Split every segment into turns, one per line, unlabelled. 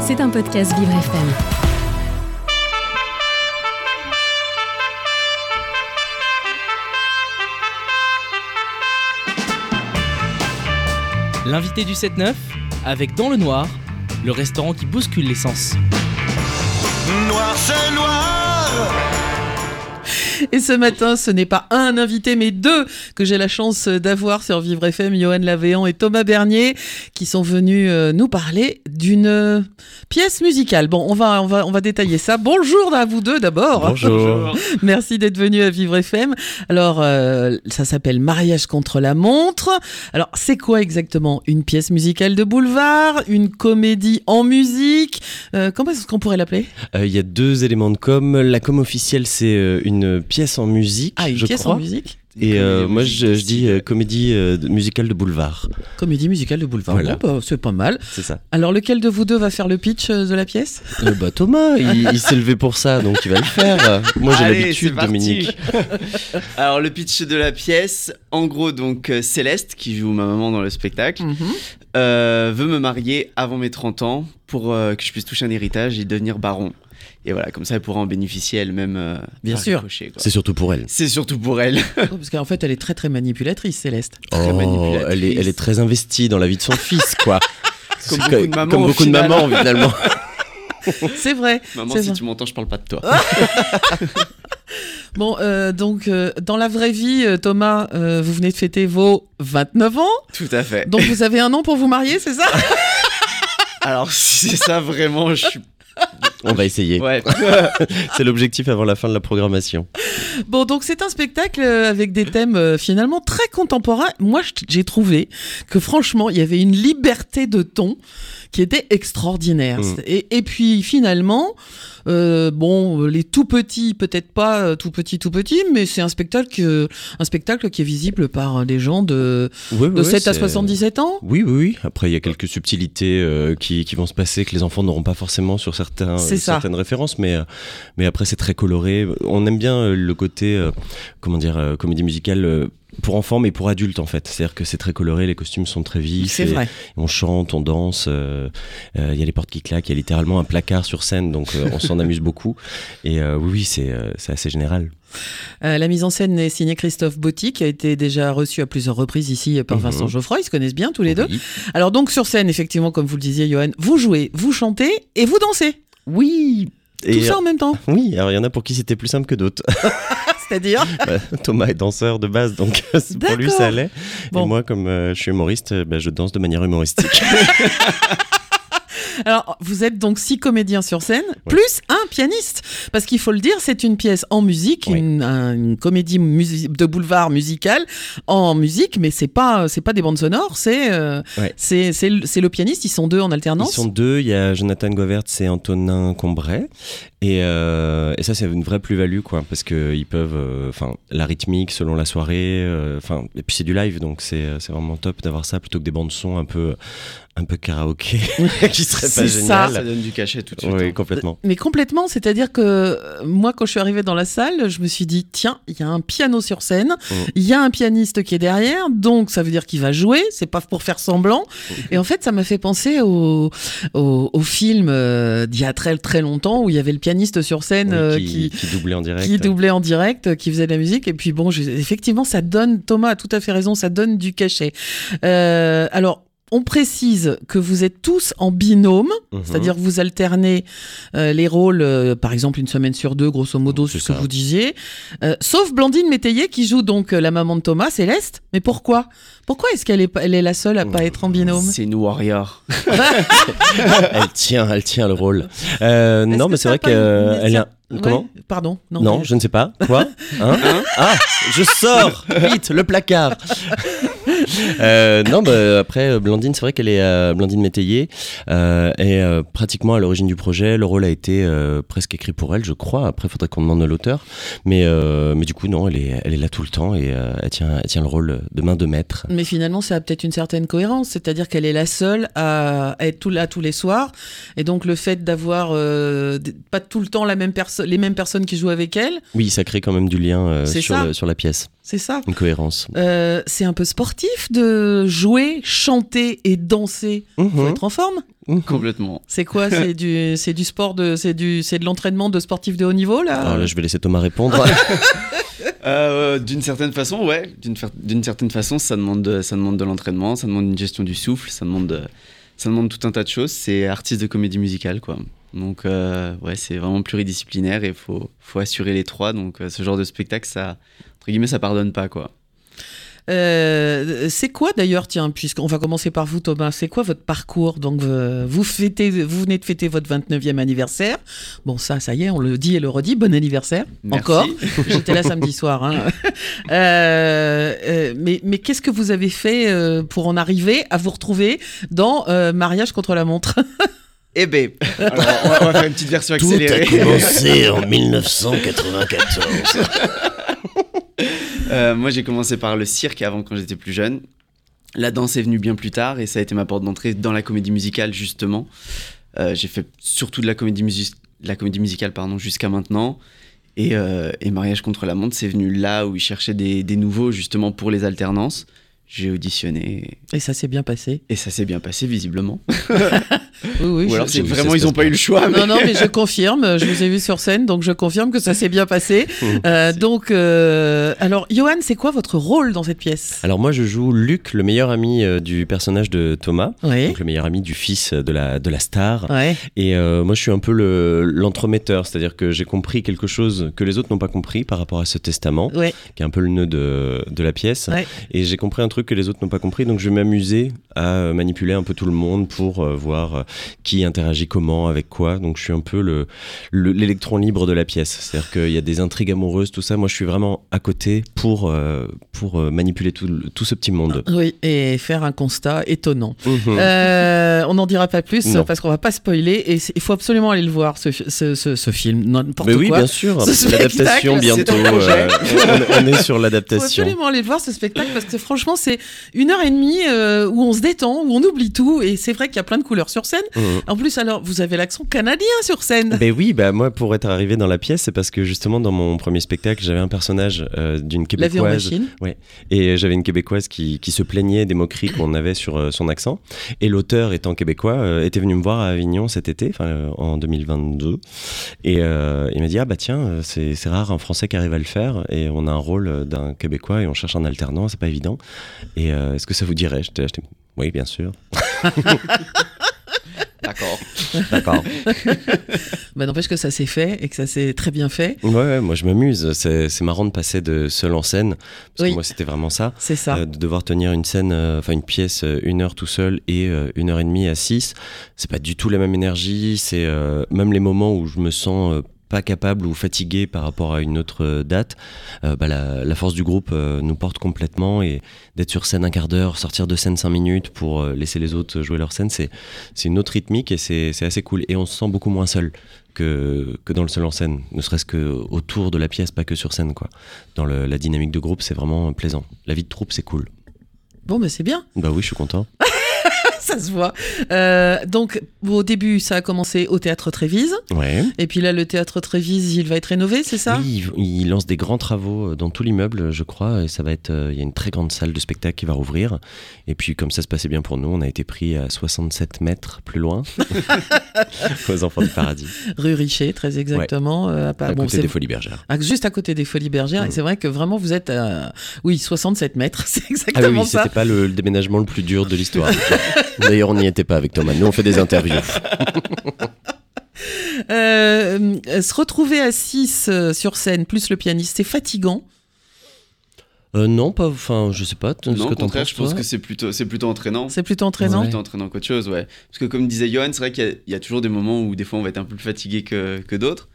C'est un podcast Vivre FM.
L'invité du 7-9, avec Dans le Noir, le restaurant qui bouscule les sens.
Noir, c'est noir.
Et ce matin, ce n'est pas un invité, mais deux que j'ai la chance d'avoir sur Vivre FM, Johan Lavéan et Thomas Bernier, qui sont venus euh, nous parler d'une euh, pièce musicale. Bon, on va, on, va, on va détailler ça. Bonjour à vous deux d'abord.
Bonjour.
Merci d'être venus à Vivre FM. Alors, euh, ça s'appelle Mariage contre la montre. Alors, c'est quoi exactement Une pièce musicale de boulevard Une comédie en musique Euh, Comment est-ce qu'on pourrait l'appeler
Euh, Il y a deux éléments de com. La com officielle, c'est euh, une pièce en musique,
Ah, une
je
pièce
crois.
en musique
Et euh, moi, je, je dis euh, comédie euh, de- musicale de boulevard.
Comédie musicale de boulevard.
Voilà.
Bon, bah, c'est pas mal.
C'est ça.
Alors, lequel de vous deux va faire le pitch euh, de la pièce
Euh, bah, Thomas, il, il s'est levé pour ça, donc il va le faire. Moi, j'ai
Allez,
l'habitude,
c'est parti.
Dominique.
Alors le pitch de la pièce, en gros donc euh, Céleste, qui joue ma maman dans le
Mm.
spectacle, euh, veut me marier avant mes 30 ans pour euh, que je puisse toucher un héritage et devenir baron. Et voilà, comme ça elle pourra en bénéficier elle-même. euh,
Bien
par
sûr.
ricochet, quoi.
C'est surtout pour elle.
C'est surtout pour elle.
Oh, Parce qu'en fait, elle est très très manipulatrice, Céleste.
Très manipulatrice.
Oh, elle, est, elle est très investie dans la vie de son fils, quoi. C'est
Comme beaucoup de mamans,
comme
au
beaucoup de
final.
mamans, finalement.
C'est vrai.
Maman,
c'est Ah
si
vrai.
tu m'entends, je parle pas de toi.
Bon, euh, donc, euh, dans la vraie vie, euh, Thomas, euh, vous venez de fêter vos 29 ans.
Tout à fait.
Donc, vous avez un an pour vous marier, c'est ça
Alors si c'est ça vraiment, je suis...
On va essayer.
Ouais.
C'est l'objectif avant la fin de la programmation.
Bon, donc, c'est un spectacle euh, avec des thèmes euh, finalement très contemporains. Moi, je- j'ai trouvé que franchement, il y avait une liberté de ton qui était extraordinaire.
Mm.
Et, et puis, finalement, euh, bon, les tout petits, peut-être pas euh, tout petits, tout petits, mais c'est un spectacle, que- un spectacle qui est visible par euh, des gens de,
Ouais,
de
ouais,
7 à
c'est-
77 ans.
Oui, oui, oui. Après, il y a quelques subtilités euh, qui, qui vont se passer que les enfants n'auront pas forcément sur certains, euh,
C'est ça.
certaines références, mais, euh, mais après, c'est très coloré. On aime bien euh, le côté, euh, comment dire, euh, comédie musicale euh, pour enfants, mais pour adultes, en fait. C'est-à-dire que c'est très coloré, les costumes sont très vifs.
C'est
et
vrai.
On chante, on danse, euh, euh, il y a les portes qui claquent, il y a littéralement un placard sur scène, donc euh, on s'en amuse beaucoup. Et euh, oui, oui, c'est euh, c'est assez général.
Euh, la mise en scène est signée Christophe Botti, qui a été déjà reçu à plusieurs reprises ici par
Mhm.
Vincent Geoffroy. Ils se connaissent bien tous les deux.
Oui.
Alors donc sur scène, effectivement, comme vous le disiez, Johan, vous jouez, vous chantez et vous dansez. Oui. Tout
Et- euh,
ça en même temps,
Oui, alors il y en a pour qui c'était plus simple que d'autres.
c'est-à-dire.
Bah, Thomas est danseur de base, donc c'est- pour lui
D'accord.
ça allait.
Bon. Ah,
Et moi, comme euh, je suis humoriste, euh, bah, je danse de manière humoristique.
Alors, vous êtes donc six comédiens sur scène, plus un pianiste, parce qu'il faut le dire, c'est une pièce en musique,
Oui.
une, un- une comédie musi- de boulevard musicale en musique, mais c'est pas c'est pas des bandes sonores, c'est euh,
Ouais.
c'est c'est le c'est le pianiste. Ils sont deux en
Ils
alternance.
sont deux, il y a Jonathan Govert et Antonin Combray. Et, euh, et ça, c'est une vraie plus-value, quoi, parce qu'ils peuvent, euh, enfin, la rythmique selon la soirée, euh, enfin, et puis c'est du live, donc c'est euh, c'est vraiment top d'avoir ça plutôt que des bandes son un peu, un peu karaoké, qui serait
C'est
pas
ça.
génial.
Ça donne du cachet tout de suite.
Oui,
hein.
complètement.
Mais complètement, c'est-à-dire que euh, moi, quand je suis arrivée dans la salle, je me suis dit, tiens, il y a un piano sur scène,
Mm.
il y a un pianiste qui est derrière, donc ça veut dire qu'il va jouer, c'est pas pour faire semblant.
Mmh.
Et en fait, ça m'a fait penser au, au, au film euh, d'il y a très très longtemps où il y avait le pianiste sur scène
Oui,
euh, qui,
qui, qui doublait en direct.
qui doublait en direct, euh, qui faisait de la musique. Et puis bon, je- effectivement, ça donne, Thomas a tout à fait raison, ça donne du cachet. Euh, alors, on précise que vous êtes tous en binôme.
Mhm.
C'est-à-dire que vous alternez euh, les rôles, euh, par exemple une semaine sur deux, grosso modo, c'est
C'est
ce que
ça.
vous disiez. Euh, sauf Blandine Métayer qui joue donc euh, la maman de Thomas, Céleste. Mais pourquoi Pourquoi est-ce qu'elle est, pas- elle est la seule à
Mmh.
pas être en binôme
C'est une warrior.
elle tient, elle tient le rôle. Euh,
Est-ce
non,
que
mais c'est
t'as
vrai
pas
qu'elle
une-
est un-
Ouais,
Comment
Pardon. Non.
non, je ne sais pas. Quoi Hein Ah, je sors vite le placard. Euh, non, bah, après euh, Blandine, c'est vrai qu'elle est euh, Blandine Métayer euh, est euh, pratiquement à l'origine du projet. Le rôle a été euh, presque écrit pour elle, je crois. Après, faudrait qu'on demande à l'auteur, mais euh, mais du coup, non, elle est elle est là tout le temps et euh, elle tient elle tient le rôle de main de maître.
Mais finalement, ça a peut-être une certaine cohérence, c'est-à-dire qu'elle est la seule à être tout là tous les soirs, et donc le fait d'avoir euh, d- pas tout le temps la même perso- les mêmes personnes qui jouent avec elle,
Oui, ça crée quand même du lien euh,
C'est
sur
ça.
le- sur la pièce,
c'est ça.
une cohérence.
Euh, c'est un peu sportif de jouer, chanter et danser. Faut
Mhm.
être en forme.
Complètement.
C'est quoi C'est du, c'est du sport de, c'est du, c'est de l'entraînement de sportifs de haut niveau là.
Alors là, je vais laisser Thomas répondre.
Euh, d'une certaine façon, ouais. D'une fer- d'une certaine façon, ça demande, de, ça demande de l'entraînement, ça demande une gestion du souffle, ça demande, de- ça demande tout un tas de choses. C'est artiste de comédie musicale, quoi. Donc, euh, ouais, c'est vraiment pluridisciplinaire et il faut, faut assurer les trois. Donc, euh, ce genre de spectacle, ça, entre guillemets, ça pardonne pas, quoi.
Euh, c'est quoi d'ailleurs, tiens, puisqu'on va commencer par vous, Thomas, c'est quoi votre parcours Donc, euh, vous, fêtez, vous venez de fêter votre 29e anniversaire. Bon, ça, ça y est, on le dit et le redit. Bon anniversaire,
Merci.
encore. J'étais là samedi soir. hein. Euh, euh, mais mais qu'est-ce que vous avez fait euh, pour en arriver à vous retrouver dans euh, Mariage contre la montre
Eh ben, alors, on, va, on va faire une petite version accélérée.
commencé en 1994.
Euh, moi, j'ai commencé par le cirque avant quand j'étais plus jeune. La danse est venue bien plus tard et ça a été ma porte d'entrée dans la comédie musicale, justement. Euh, j'ai fait surtout de la comédie, musi- de la comédie musicale pardon, jusqu'à maintenant. Et, euh, et Mariage contre la montre, c'est venu là où ils cherchaient des, des nouveaux, justement, pour les alternances. J'ai auditionné
Et ça s'est bien passé.
et ça s'est bien passé, visiblement.
Oui, oui.
Ou
je-
alors, c'est
ou ça
vraiment,
se
ils n'ont
passe
pas
pas.
eu le choix. mais-
Non, non, mais je confirme, je vous ai vu sur scène, donc je confirme que ça s'est bien passé. Euh, donc, euh, alors, Johan, c'est quoi votre rôle dans cette pièce
Alors moi, je joue Luc, le meilleur ami euh, du personnage de Thomas.
Oui.
Donc le meilleur ami du fils euh, de la, de la star.
Ouais.
Et euh, moi, je suis un peu le- l'entremetteur, c'est-à-dire que j'ai compris quelque chose que les autres n'ont pas compris par rapport à ce testament,
Ouais.
qui est un peu le nœud de, de la pièce.
Ouais.
Et j'ai compris un truc que les autres n'ont pas compris, donc je vais m'amuser à euh, manipuler un peu tout le monde pour euh, voir euh, qui interagit comment, avec quoi. Donc je suis un peu le- le- l'électron libre de la pièce, c'est-à-dire qu'il y a des intrigues amoureuses, tout ça. Moi, je suis vraiment à côté pour, euh, pour euh, manipuler tout, le- tout ce petit monde.
Oui, et faire un constat étonnant.
Mhm.
Euh, on n'en dira pas plus
Non.
parce qu'on va pas spoiler et c'est- il faut absolument aller le voir ce, fi- ce, ce, ce film, n'importe
Mais oui,
quoi.
bien sûr,
Ce
l'adaptation
spectacle,
bientôt.
c'est un projet.
euh, on, on est sur
Il faut
l'adaptation.
absolument aller le voir ce spectacle parce que franchement c'est une heure et demie euh, où on se détend, où on oublie tout et c'est vrai qu'il y a plein de couleurs sur scène.
Mhm.
En plus alors vous avez l'accent canadien sur scène.
Ben oui, bah moi pour être arrivé dans la pièce, c'est parce que justement dans mon premier spectacle, j'avais un personnage euh, d'une
L'avion
québécoise
machine.
et j'avais une québécoise qui, qui se plaignait des moqueries qu'on avait sur euh, son accent. Et l'auteur étant québécois euh, était venu me voir à Avignon cet été, enfin euh, en 2022, et euh, il m'a dit ah bah tiens euh, c'est c'est rare un Français qui arrive à le faire et on a un rôle euh, d'un québécois et on cherche un alternant, c'est pas évident. Et euh, est-ce que ça vous dirait J'étais là, j'étais, oui bien sûr.
D'accord.
D'accord.
Bah, N'empêche que ça s'est fait et que ça s'est très bien fait.
ouais, ouais, moi je m'amuse. C'est c'est marrant de passer de seul en scène parce
Oui.
que moi c'était vraiment ça.
C'est ça.
Euh, de devoir tenir une scène, euh, enfin une pièce, euh, une heure tout seul et euh, une heure et demie à six, c'est pas du tout la même énergie. C'est euh, même les moments où je me sens euh, pas capable ou fatigué par rapport à une autre euh, date, euh, bah, la, la force du groupe euh, nous porte complètement et d'être sur scène un quart d'heure, sortir de scène cinq minutes pour euh, laisser les autres jouer leur scène, c'est c'est une autre rythmique et c'est c'est assez cool. Et on se sent beaucoup moins seul que, que dans le seul en scène, ne serait-ce que autour de la pièce, pas que sur scène quoi dans le- la dynamique de groupe, c'est vraiment plaisant. La vie de troupe, c'est cool.
Bon, mais c'est bien,
Bah oui, je suis content.
ça se voit. Euh, donc, au début, ça a commencé au théâtre Trévise.
Ouais.
Et puis là, le théâtre Trévise, il va être rénové, c'est ça
Oui, ils- ils lancent des grands travaux euh, dans tout l'immeuble, je crois, et ça va être. euh, Il y a une très grande salle de spectacle qui va rouvrir. Et puis, comme ça se passait bien pour nous, on a été pris à 67 mètres plus loin, aux Enfants du Paradis,
Rue Richer, très exactement. euh, à Paris.
à
Bon,
côté
c'est-
des Folies Bergères.
ah, juste à côté des Folies Bergères. Et
Mm.
c'est vrai que vraiment, vous êtes à. Oui, 67 mètres, c'est
Ah oui,
exactement
oui,
ça.
c'était pas le, le déménagement le plus dur de l'histoire. D'ailleurs, on n'y était pas avec Thomas. Nous, on fait des interviews.
Euh, euh, se retrouver à 6 sur scène, plus le pianiste, c'est fatigant.
Euh, non, pas. Enfin, je sais pas. t- ce
Non,
que
au
t'en
contraire,
penses,
je pense
toi
que c'est plutôt, c'est plutôt entraînant.
C'est plutôt entraînant.
Ouais.
plutôt entraînant qu'autre chose, ouais. Parce que comme disait Johan, c'est vrai qu'il y a- il y, a toujours des moments où des fois on va être un peu plus fatigué que, que d'autres.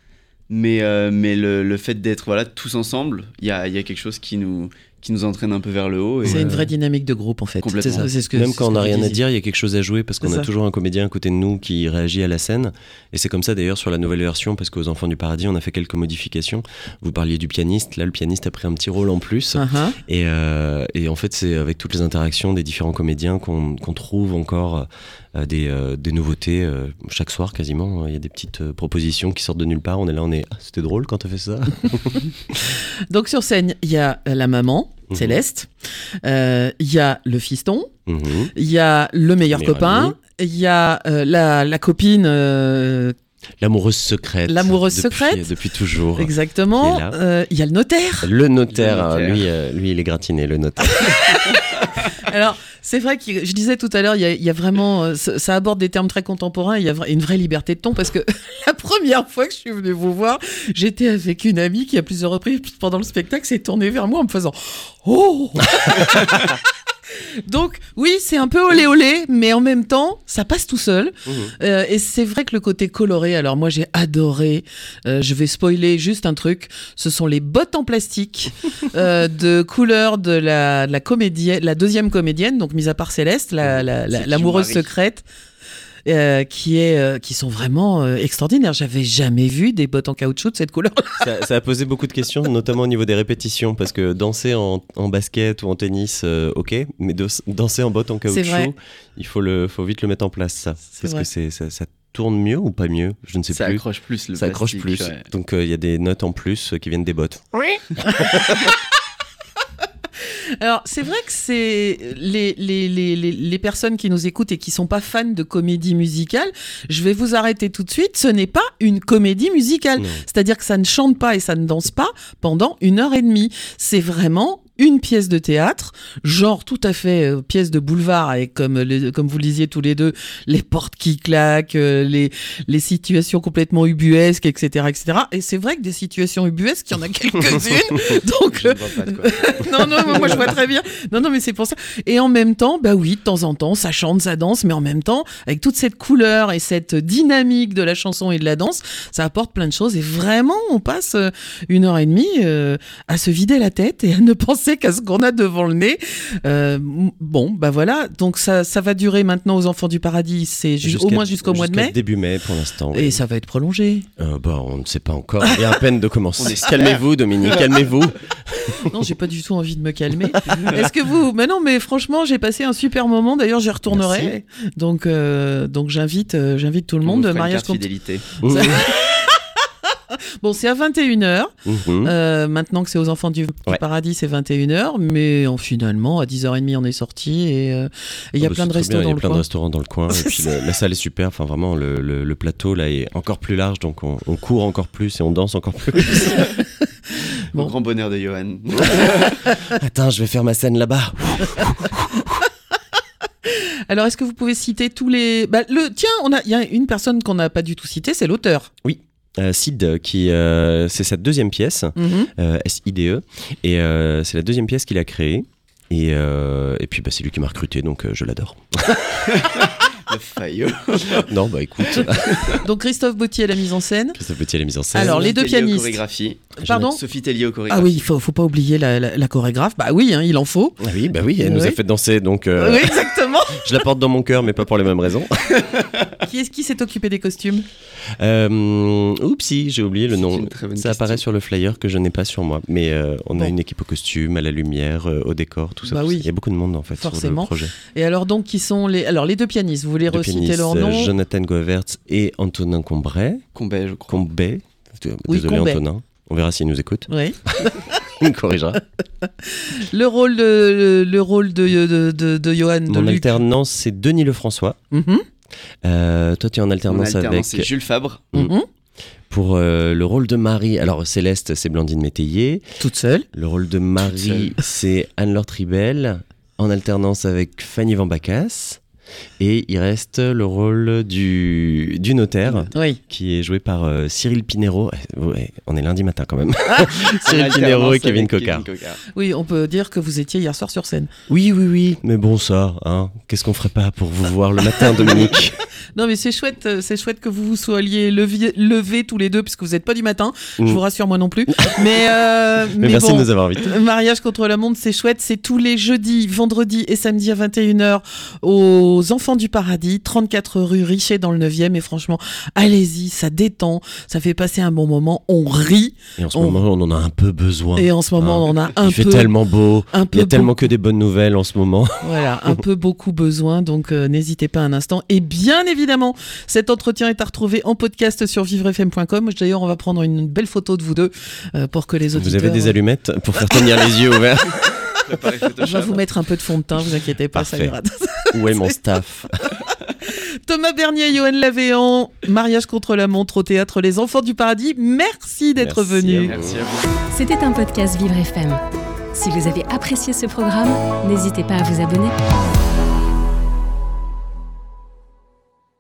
Mais, euh, mais le, le fait d'être voilà, tous ensemble, il y a, il y a quelque chose qui nous, qui nous entraîne un peu vers le haut. Et,
C'est une vraie dynamique de groupe, en fait.
Complètement.
C'est ça, c'est ce que-
Même
c'est
quand
ce que
on n'a
vous
rien à
disiez.
dire, il y a quelque chose à jouer parce
C'est
qu'on a
ça.
toujours un comédien à côté de nous qui réagit à la scène. Et c'est comme ça d'ailleurs sur la nouvelle version parce qu'aux Enfants du Paradis, on a fait quelques modifications. Vous parliez du pianiste, là le pianiste a pris un petit rôle en plus.
Ah, ah.
Et, euh, et en fait, c'est avec toutes les interactions des différents comédiens qu'on qu'on trouve encore euh, des, euh, des nouveautés euh, chaque soir quasiment. Il y a des petites euh, propositions qui sortent de nulle part. On est là, on est ah, c'était drôle quand t'as fait ça.
Donc sur scène, il y a euh, la maman,
Mhm.
Céleste, Euh, il y a le fiston,
Mhm.
il y a le meilleur
Meilleur
copain,
ami.
Il y a euh, la, la copine, euh,
L'amoureuse secrète.
L'amoureuse
Depuis-
secrète.
Depuis toujours.
exactement.
Qui est là.
Euh, Il y a le notaire.
Le notaire,
Le notaire.
hein, Lui, euh, lui, il est gratiné, le notaire.
Alors, c'est vrai que je disais tout à l'heure, il y, a- il y a vraiment. euh, ça ça aborde des termes très contemporains, il y a vra- une vraie liberté de ton, parce que la première fois que je suis venue vous voir, j'étais avec une amie qui, à plusieurs reprises pendant le spectacle, s'est tournée vers moi en me faisant Oh Donc, oui, c'est un peu olé olé, mais en même temps, ça passe tout seul.
Mmh.
Euh, et c'est vrai que le côté coloré, alors moi j'ai adoré. Euh, je vais spoiler juste un truc. Ce sont les bottes en plastique euh, de couleur de la, de la comédienne, la deuxième comédienne, donc mise à part Céleste, la- la- la-
Mmh. C'est
l'amoureuse
Jim Marie.
secrète. euh, qui, est, euh, qui sont vraiment euh, extraordinaires. J'avais jamais vu des bottes en caoutchouc de cette couleur.
ça, ça a posé beaucoup de questions, notamment au niveau des répétitions, parce que danser en, en basket ou en tennis, euh, ok, mais de- danser en bottes en
C'est vrai.
caoutchouc, il faut, le, faut vite le mettre en place, ça. Parce
vrai.
que c'est, ça, ça tourne mieux ou pas mieux Je ne sais
Ça
plus.
accroche plus le
ça accroche plus.
plastique, ouais.
Donc euh, il y a des notes en plus euh, qui viennent des bottes.
Alors, c'est vrai que c'est les, les, les, les, les personnes qui nous écoutent et qui sont pas fans de comédie musicale, je vais vous arrêter tout de suite. Ce n'est pas une comédie musicale.
Non.
C'est-à-dire que ça ne chante pas et ça ne danse pas pendant une heure et demie. C'est vraiment une pièce de théâtre, genre tout à fait euh, pièce de boulevard, avec comme, les- comme vous le disiez tous les deux, les portes qui claquent, euh, les, les situations complètement ubuesques, etc. etc. Et c'est vrai que des situations ubuesques, il y en a quelques-unes. Donc, euh,
Je ne vois pas de quoi.
non, non, moi, moi, je vois très bien. Non, non, mais c'est pour ça. Et en même temps, bah oui, de temps en temps, ça chante, ça danse, mais en même temps, avec toute cette couleur et cette dynamique de la chanson et de la danse, ça apporte plein de choses. Et vraiment, on passe euh, une heure et demie euh, à se vider la tête et à ne penser qu'à ce qu'on a devant le nez. Euh, m- bon, bah voilà. Donc ça, ça va durer maintenant aux Enfants du Paradis. C'est ju- au
Jusqu'à-
moins jusqu'au mois de
jusqu'à
mai.
Début mai pour l'instant. oui.
Et ça va être prolongé.
Euh, bah, on ne sait pas encore. Il y a à peine de
On
commencer.
espère.
Calmez-vous, Dominique, calmez-vous.
Non, j'ai pas du tout envie de me calmer. Est-ce que vous. Mais non, mais franchement, j'ai passé un super moment. D'ailleurs, j'y retournerai. Donc, euh, donc j'invite, euh, j'invite tout le monde.
On vous fera une
Mariage
carte
contre-
fidélité.
Mmh.
Bon, c'est à 21h.
Mmh.
Euh, maintenant que c'est aux enfants du, du
Ouais.
paradis, c'est 21h. Mais en, finalement, à 10h30, on est sorti. Et euh, et il y a
Ah bah,
plein de
c'est très
restos
bien,
dans
Il y a
le
plein de
coin.
restaurants dans le coin. Et
C'est
puis le- la salle est super. Enfin, vraiment, le, le- le plateau là est encore plus large. Donc, on, on court encore plus et on danse encore plus.
Bon.
Au grand bonheur de Johan.
Attends, je vais faire ma scène là-bas.
Alors, est-ce que vous pouvez citer tous les. Bah, le... Tiens, on a- il y a une personne qu'on n'a pas du tout citée, c'est l'auteur.
Euh, Sid, euh, qui euh, c'est sa deuxième pièce,
Mhm.
euh, S-I-D-E. Et euh, c'est la deuxième pièce qu'il a créée. Et, euh, et puis, bah, c'est lui qui m'a recruté. Donc, euh, je l'adore.
Le faillot.
non, bah écoute,
Donc, Christophe Bautier à la mise en scène.
Christophe Petit à la mise en scène.
Alors, les deux
Sophie Tellier aux
pianistes.
chorégraphies.
Pardon
Sophie Tellier aux
Ah
chorégraphies.
oui, il faut, faut pas oublier la, la- la chorégraphe. Bah oui, hein, il en faut.
Ah oui, bah oui, elle nous a
Oui.
fait danser. Donc, euh,
Oui, exactement.
je la porte dans mon cœur, mais pas pour les mêmes raisons.
Qui est-ce qui s'est occupé des costumes
Euh, oupsie, j'ai oublié le nom.
une très bonne
Ça apparaît
question.
sur le flyer que je n'ai pas sur moi. Mais euh, on a
Bon.
une équipe au costume, à la lumière, euh, au décor, tout ça.
Bah
tout
oui.
ça. Il y a beaucoup de monde en fait sur
Forcément.
le projet.
Et alors donc qui sont les alors les deux pianistes Vous voulez
Deux
reciter
pianistes,
leur
euh,
nom
Jonathan Govertz et Antonin Combray.
Combet, je crois.
Combay.
Oui,
Désolé
Combay.
Antonin. On verra s'il nous écoute.
Oui.
Il me corrigera.
Le rôle de le, le rôle de de, de, de Johan de
Mon
Luc.
alternance, c'est Denis Lefrançois.
Mhm,
Euh, toi, tu es en
Mon
alternance,
alternance, c'est
avec.
Jules Fabre.
Mm.
mhm.
Pour euh, le rôle de Marie, alors Céleste, c'est Blandine Métayer.
Toute seule.
Le rôle de Marie, c'est Anne-Laure Tribel, en alternance avec Fanny Van Baccasse. Et il reste le rôle du, du notaire,
Oui.
qui est joué par euh, Cyril Pinero. Eh, ouais, on est lundi matin quand même.
En
Cyril
alternance
Pinero et
avec
Kevin Cocard.
Oui, on peut dire que vous étiez hier soir sur scène.
Oui, oui, oui. Mais bon, ça, hein, qu'est-ce qu'on ferait pas pour vous voir le matin, Dominique
Non mais c'est chouette, euh, c'est chouette que vous vous soyez leviez- levés tous les deux puisque vous n'êtes pas du matin. Je
Mm.
vous rassure moi non plus. mais euh, mais
Mais Merci
bon.
de nous avoir invités.
Mariage contre la montre, c'est chouette. C'est tous les jeudis, vendredis et samedis à 21h aux Enfants du Paradis, 34 rue Richet dans le 9e. Et franchement, allez-y, ça détend, ça fait passer un bon moment. On rit.
Et en ce
On-
moment, on en a un peu besoin.
Et en ce moment, on en a un
Ah, il fait
peu,
tellement beau.
un
Il y
peu,
a tellement que des bonnes nouvelles en ce moment.
beaucoup- voilà, un peu beaucoup besoin. Donc, euh, n'hésitez pas un instant. Et bien évidemment, cet entretien est à retrouver en podcast sur vivrefm.com. D'ailleurs, on va prendre une belle photo de vous deux euh, pour que les auditeurs.
Vous avez des allumettes pour faire tenir les yeux ouverts
On va vous mettre un peu de fond de teint, vous inquiétez pas, ça
Parfait.
ira.
Où est mon staff
Thomas Bernier, Johan Lavéan, Mariage contre la montre au théâtre Les Enfants du Paradis. Merci d'être
Merci à
venu.
vous.
Merci à vous.
C'était un podcast Vivre FM. Si vous avez apprécié ce programme, n'hésitez pas à vous abonner.